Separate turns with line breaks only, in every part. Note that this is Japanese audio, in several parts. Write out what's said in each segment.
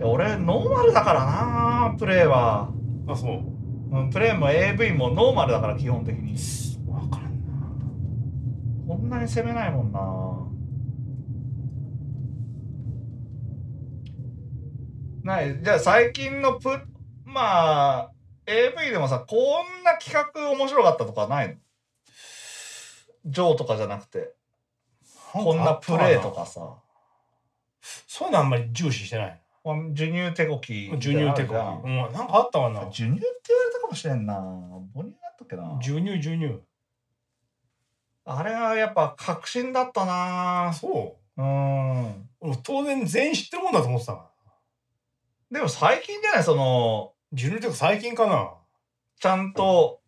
ノーマルだからなプレイは、
あそう
うん、プレイも AV もノーマルだから基本的に
分からんな
こんなに攻めないもんなないじゃあ最近のプまあ AV でもさこんな企画面白かったとかないのジョーとかじゃなくてこんなプレイとかさ
そういうのあんまり重視してない
授乳手こき
授乳テク
か
うんなんかあったかな
授乳って言われたかもしれんな母乳だったっけな
授乳授乳
あれはやっぱ革新だったな
そ
うん
う俺当然全員知ってるもんだと思ってたから
でも最近じゃないその
授乳テク最近かな
ちゃんと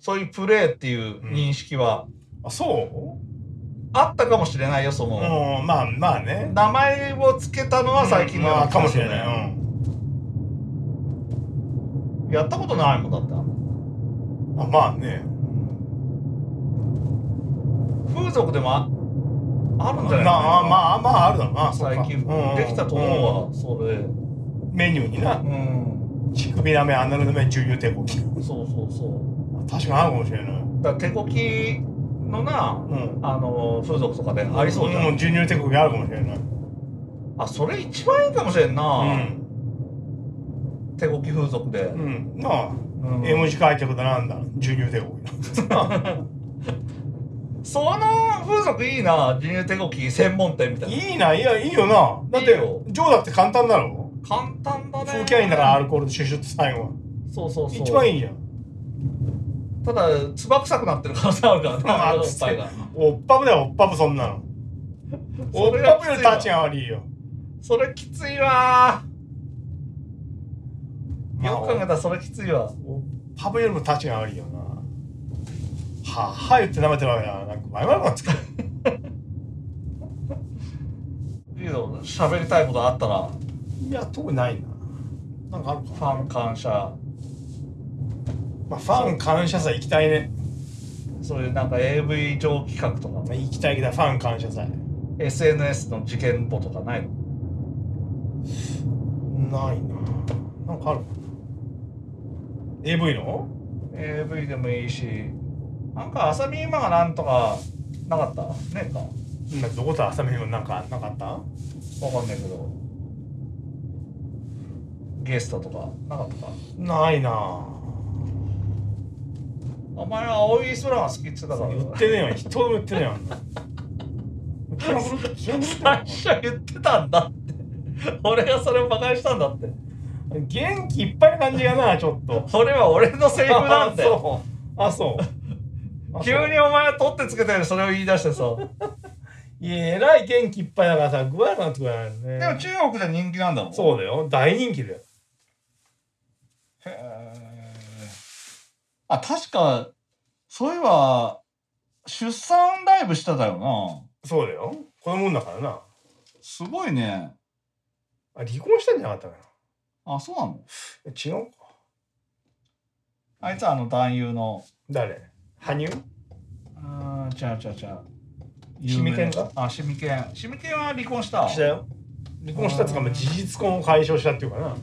そういうプレーっていう認識は
あそう
あったかもしれないよそうの、
んまあまあね
名前を付けたのは最近の
まあ
話だ
か
よね
もしれないうん
やったことないもんだってあの
あまあね
風俗でもああるんじゃない
まあまあまああるだろうなそっか
最近
うん
できたと思うわそれ
うんメニューにな
うん
乳首なめアナルなめ授乳テク
そうそうそう
確かにあるかもしれない
だから手こきのな
うん
あの風俗とかでありそうじゃん、
ん授乳テクがあるかもしれない
あそれ一番いいかもしれん
う
な、
ん
手こき風俗で、
うんなあ
うん
M 字開脚だなんだ授乳帝国
その風俗いいな授乳手こき専門店みたいない
いないやいいよなだって
いいよ
ジョーだって簡単だろ
簡単だね
風景いいんだからアルコールでシュシュって最後は
そうそうそう
一番
い
いいじゃん
ただ唾臭くなってる可能性あるからね
あ
おっぱいが
おっぱぶだよおっぱぶそんなのおっ
それ
ぱ
は
ぶ
きついわ
よりタッチが悪いよ
それきついわ
まあ
よく考えたらそれきついわ
おっぱぶよりもタッチが悪いよなはあはあ言って舐めてるわけだからなんか前々からつくよ
いいの喋りたいことあったら
いや特にないななんかあるか
ファン感謝
まあファン感謝祭行きたいね
そういうなんか AV 上企画とか
行きたいけどファン感謝祭
SNS の事件簿とかないの
ないななんかある AV の
AV でもいいしなんか浅見今がなんとかなかったねえか
などこと浅めにもなんかなかった
わかんないけどゲストとかなかったか
ないな
お前は青い空が好きって言ってたから
言ってねえよ一言も言ってねえよ気が狂って気が狂ってんの
最初言ってたんだって俺がそれを馬鹿にしたんだって
元気いっぱいな感じがなちょっと
俺は俺のセリフなんだ よ
あそうあそう
急にお前は取ってつけたようにそれを言い出してさで
いやえらい元気いっぱいだからさ具合悪くなってくれないよね
も中国じゃ人気なんだもん
そうだよ大人気だよ
へえあ確かそういえば出産ライブしてたよな
そうだよ子供産んだからな
すごいね
あ離婚したんじゃなかったか
あそうなの
な違うか
あいつはあの男優の
誰羽生
ああ、ちゃうちゃうちゃう。
シミケンか
あ、シミケン。シミケンは離婚した。
したよ離婚したっつうかまあ事実婚を解消したっていうかな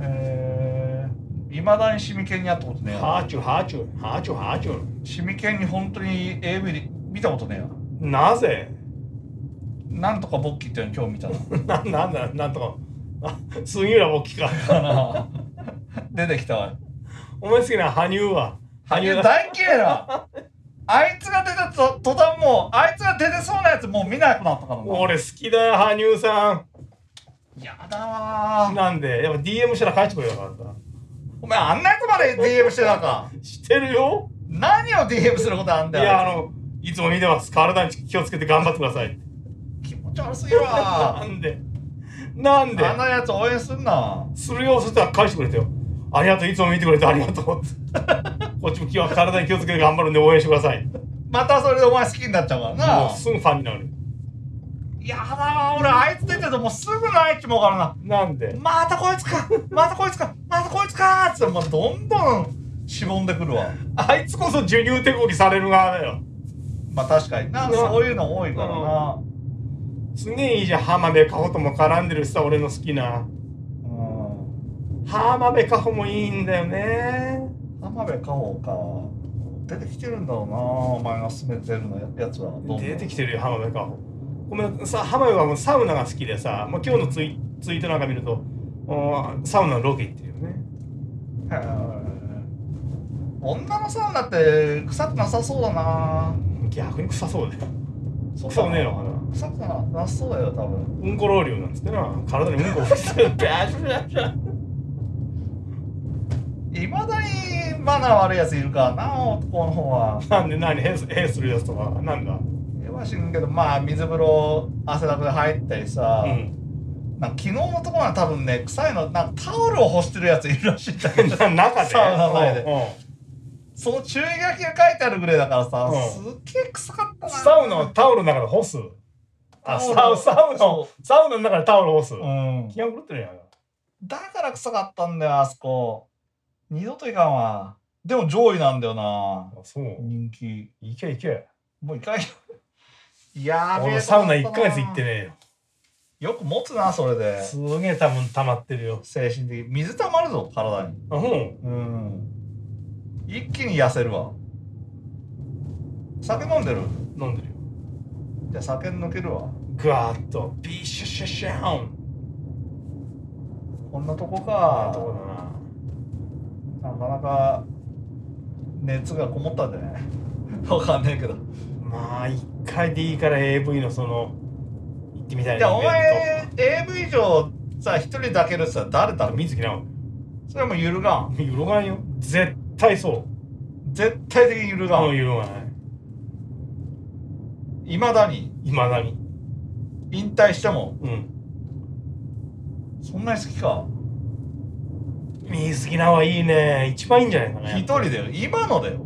ええいまだにシミケンに会ったことねえ
ハ
わ。
ーチュハーチュハーチュハーチュ
シミケンに本当に AV で見たことねえわ。
なぜ
なんとかボッキーっていうの今日見た
ななんだなんとか あ杉浦大きか
な。 出てきたわ。
お前好きな羽生は
羽生
だ
大嫌いだ。あいつが出たと途端もう、あいつが出てそうなやつもう見なくなったからな。
俺好きだよ羽生さ
やだわ
ん
ー。
なんでやっぱ DM したら返してこようかった
お前あんなやつまで DM してたか。
してるよ
何を DM することあん
い
だよ。
やあ
いつ
のいつも見てます体に気をつけて頑張ってください
気持ち悪すぎるわー
な。んでなんで
あんなやつ応援すんな。
するよそしたら返してくれたよありがとういつも見てくれてありが とうってこっちも今日は体に気をつけて頑張るんで応援してくださいも
またそれでお前好きになっちゃうからな
う。すぐファンになる
やだわ、俺あいつ出てるともうすぐ泣いちまうからな。
なんで
またこいつか、またこいつか、またこいつかーっつって、もうどんどんしぼんでくるわ。
あいつこそ授乳手こきされる側だよ
まあ確かにな、
うん
そういうの多いからな。
すげえいいじゃん浜辺かほとも絡んでるしさ俺の好きな
う
浜辺カホもいいんだよね
浜辺加穂か出てきてるんだろうなお前が勧めてるのややつらがどんどん
出てきてるよ浜辺カホごめんさ浜辺はもうサウナが好きでさもう今日のツイツイートなんか見るとおサウナのロケ行ってるよね
へー女のサウナって臭くなさそうだな
逆に臭そうだよ
そ
臭くねえの
か
かな
臭くななさそうだよ多分
うんこロウリュウなんつってな体にうんこを吹きつ けてあしゃしゃ
いまだにマナー悪いやついるからな男の方は
なんで何へへするやつとかなんだ
えは死ぬけどまあ水風呂汗だくで入ったりさ、
うん
なんか昨日のところは多分ね臭いのなんかタオルを干してるやついるらしいんだけど
中で
サウナ前で
うんうん
その注意書きが書いてあるぐらいだからさ、
うん
すっげえ臭かったな
サウナはタオルの中で干す。あ、サウ、サウナ
そ、
サウナの中でタオル干す。
うん
気が狂ってるやん。
だから臭かったんだよあそこ二度といかんわでも上位なんだよな
あそう。
人気
行け行け。
もういかんよ やべえ
俺サウナ1ヶ月行って
ね
ね
よく持つなそれ
え
で
よ。すげえ多分溜まってるよ。
精神的に水溜まるぞ体に
あ、ほん。
うん一気に痩せるわ酒飲んでる
飲んでるよ。
じゃあ酒抜けるわ
ぐわーっと。ビーシュシュシャーン。
こんなとこか
あ、とこだな。
なかなか熱がこもったんじゃない わかんねえけど
まあ、1回でいいから AV のその、行ってみたい
じゃあ
な。
お前 AV 以上さ一人抱けるってさ誰だろ
水木なの。
それはもう揺るがん
揺るがんよ。絶対そう。
絶対的に揺るが
もうん揺るがない。
いまだに
いまだに。
引退しても
うん。
そんなに好きか
水木なはいいね。一番いいんじゃないかな。
一人だよ今のだよ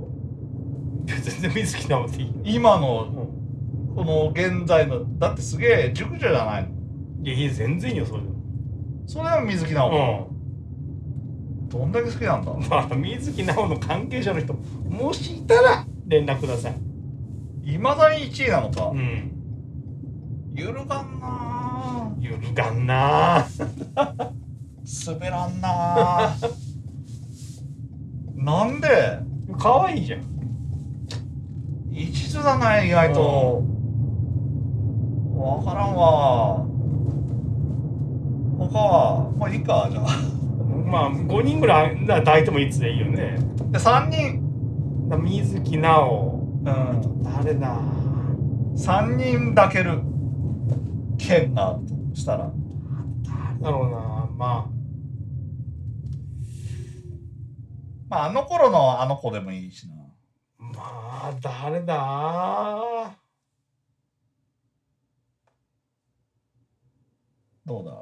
全然水木なおっていい。
今のこの現在のだってすげえ熟女じゃないの
いやいや全然いいよそれでも
それは水木直子、どんだけ好きなんだ
うんまあ水木奈緒の関係者の人もしいたら連絡ください
いまだに1位なのか、
うん
揺るがんな
揺るがんな
ぁ滑らんな ぁなんで
可愛いじゃん
一途だな意外とわからんわ他はまあいいかじゃあ
まあ5人ぐらいなら抱いてもいいっつでいいよね
で3人
だ水木奈緒
うん
誰だ
3人抱ける剣があるとしたら
誰だろうなま
まああの頃のあの子でもいいしな
あまあ誰だ
どうだ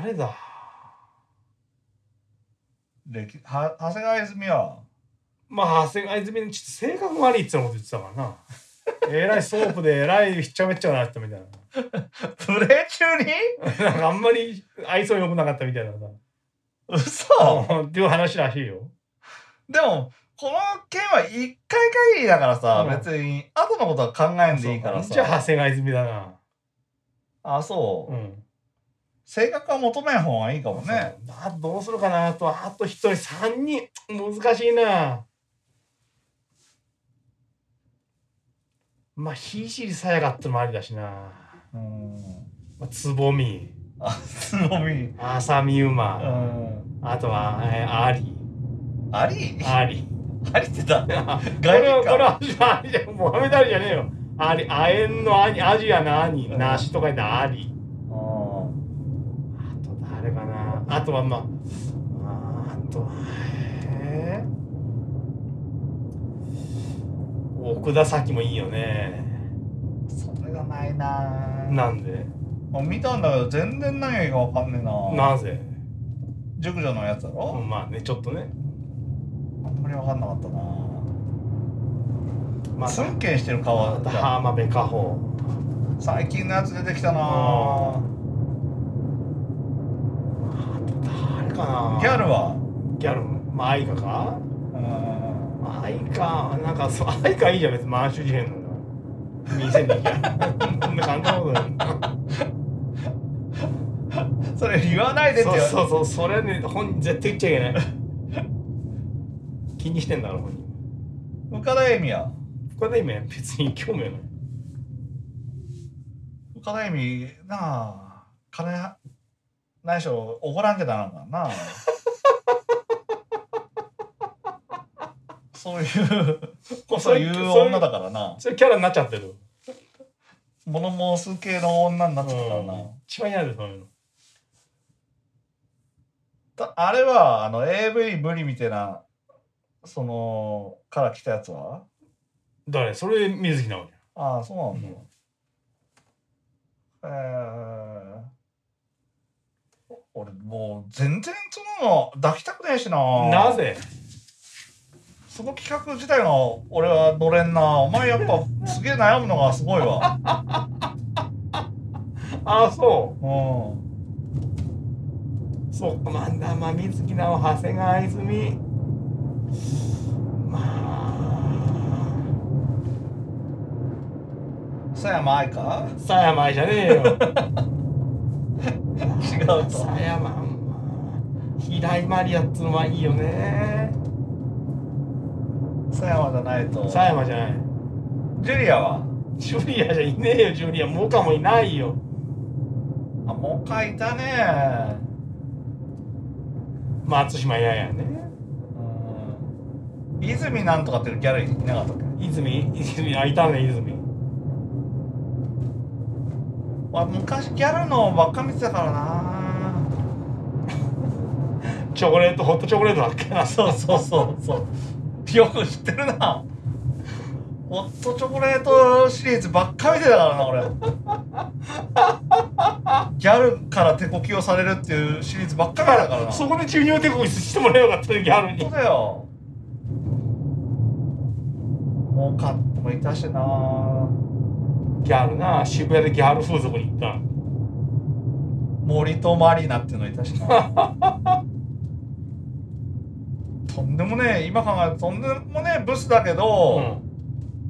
誰だ
歴は長谷川泉は
まあ長谷川泉ちょっと性格悪いっつうこと言ってたから なえらいソープでえらいひっちゃめっちゃな人みたいな
プレー中に
なんかあんまり愛想良くなかったみたいなさ。
嘘
っていう話らしいよ。
でもこの件は1回限りだからさ、
うん
別に後のことは考えんでいいからさ
じゃあ、長谷川泉だな。
あそう、
うん。
性格は求めん方がいいかもね
そう。あどうするかなあと、あと一人、三人。難しいな。まあ、ひじりさやかってのもありだしな。
うん
まあ、つぼみ、
あつぼみ
あさみう
う
ま、
ん
あとは、えー、あり。
あり
あり。
ありってだ
これは、
外人
これ
か
は、ありじゃん、モハメダリじゃねえよ。あり、あえんのあに、アジアのあに、
うん
梨とか言ってあり。
うん
あと誰かなあとはまああーあとはえー奥田咲もいいよね
それがないな
なんで
もう見たんだけど全然何がいいかわかんねえな
なぜ
熟女のやつだろ、
まあねちょっとね
あんまりわかんなかったな
まあ
すんけんしてる顔は
また浜辺加穂
最近のやつ出てきたな
誰かな
ギャルは
ギャルまあ愛花か
うん
愛花なんかそう愛花いいじゃん別に満州事変なんだ から店に行きゃそんな簡単なことだよ
それ言わないでって
そう
言わ
そうそうそれはね本人絶対言っちゃい けない気にしてんだろ本人
岡田恵美は
これで今別に興味はない
岡田恵美なあ金ないしょ怒らんけどなんかな そういうそういう女だからな
そういうキャラになっちゃってる
物申す系の女になっちゃったからな、
うん一番嫌でそういうの
たあれはあの AV 無理みたいなそのから来たやつは
誰それ水木直じ
ああそうなんだ、
うん
えー俺もう全然その抱きたくねえし
ゃ
なん
なぜ
その企画自体が俺は乗れんなお前やっぱすげえ悩むのがすごい わ
ああそ
うん
うそうまあなまあ水木直長谷川泉まあ
佐山愛か
狭山愛じゃね えよ
違うと
狭山まあ平井マリアっつうのはいいよね
佐山じゃないと
狭山じゃない
ジュリアは
ジュリアじゃいねえよジュリアモカもいないよ
あもう一回いたね
松島ややね
うん泉なんとかっていうギャルいなかったっけ
泉泉あいたね泉
わ昔ギャルのばっか見てたからな
チョコレートホットチョコレートだっけな
そうそうそうそうよく知ってるなホットチョコレートシリーズばっか見てたからな俺ギャルから手こきをされるっていうシリーズばっか
だ
見てたか
か
らな
らそこで注入手こぎしてもらえばよかったねギャル
そう
に
だよもうカットもいたしな
ギャルな渋谷でギャル風俗に行った
森とマリナっていうのいたしな とんでもねえ今考えるととんでもねえブスだけど、
うん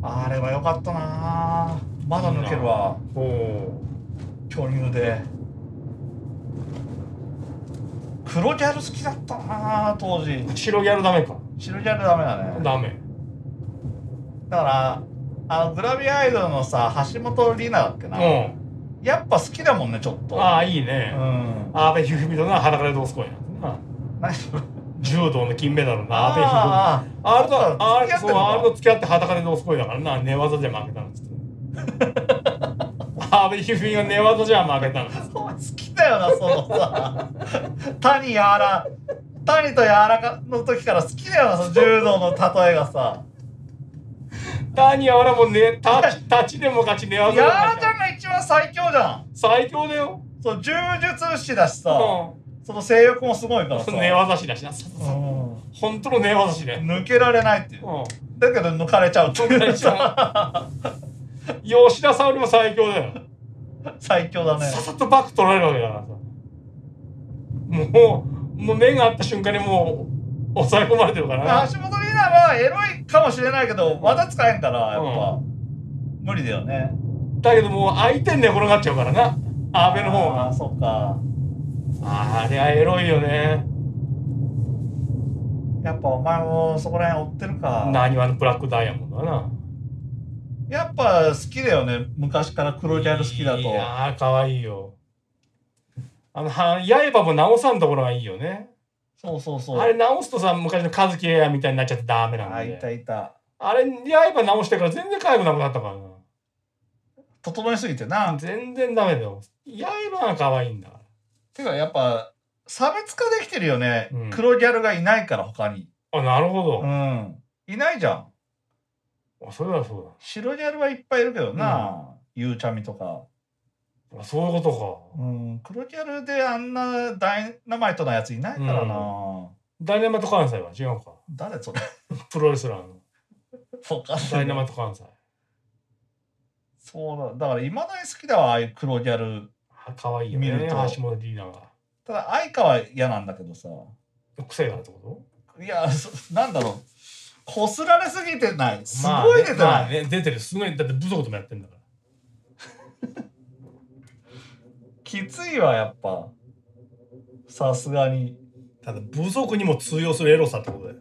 あれは良かったなまだ抜けるわ
おお
巨乳で黒ギャル好きだったな当時
白ギャルダメか
白ギャルダメだね
ダメ
だからあのグラビアアイドルのさ橋本里奈だっけ
う
な、
ん
やっぱ好きだもんねちょっと
ああいいうね
ん
阿部一二三とな裸でどうすこいな
何それ
柔道の金メダルの阿部一二
あ
三あれとあれ
付き合ってんの
そ
か
うあれと付き合って裸でどうすこいだからな寝技じゃ負けたんですって阿部一二三が寝技じゃ負けたんです
あお前好きだよなそのさ谷やわら谷とやわらかの時から好きだよなその柔道の例えが さ
タニアはもうね、立ち、立ちでも勝ち、寝技で
や
も
わら
勝
ちゃん
ち。
が一番最強じゃん
最強だよ。
そう柔術師だしさ、
う
その性欲もすごいからさ、
ん。寝技師だしな。
うん
本当の寝技師ね。。
抜けられないっていううんだけど抜かれちゃうってい
抜かれ
う
ちゃ
さ
吉田沙保里も最強だよ。
最強だね
さっさとバック取られるわけだからさ。もう、もう目が合った瞬間にもう、抑え込まれてるか
橋
ら
本
ね。
里奈はエロいかもしれないけどまだ使えんからやっぱ、
う
無理だよね
だけどもう相手に寝転がっちゃうからな。阿部の方
あ
が
ー。そっか
あれはエロいよね。
やっぱお前もそこら辺追ってるか
なにわのブラックダイヤモンドだな。
やっぱ好きだよね昔から黒ギャル好きだと
いやー、かわいいよ。あの、は刃も直さんところがいいよね。
そうそうそう
あれ直すとさ、昔の和樹エアみたいになっちゃってダメなん
あいた
で。
いた
あれ、刃直してから全然かゆくなくなったからな。
整えすぎてな
全然ダメだよ。刃が可愛いんだか
てかやっぱ差別化できてるよね、
うん
黒ギャルがいないから他に
ら。あ、なるほ
う
ど。
んいないじゃん
あそれはそう
白ギャルはいっぱいいるけどな、ゆうちゃみとか、
だ。あそういうことか。
うん、黒ギャルであんなダイナマイトなやついないからな、
ダイナマイト関西は違うか。
誰それ
プロレスラーの。
そうか
ダイナマイト関西。
そうだだからいまだに好きだわああいう黒ギャル
あ可愛いよ
見る
ね。
と
橋本リーダーが。
ただ愛花は嫌なんだけどさ
癖があるってこと
いやそなんだろうこすられすぎてないすごい出てない、
まあねまあね出てる。すごい。だって部族ともやってんだから。
きついわやっぱさすがに
ただ、部族にも通用するエロさってことだよ。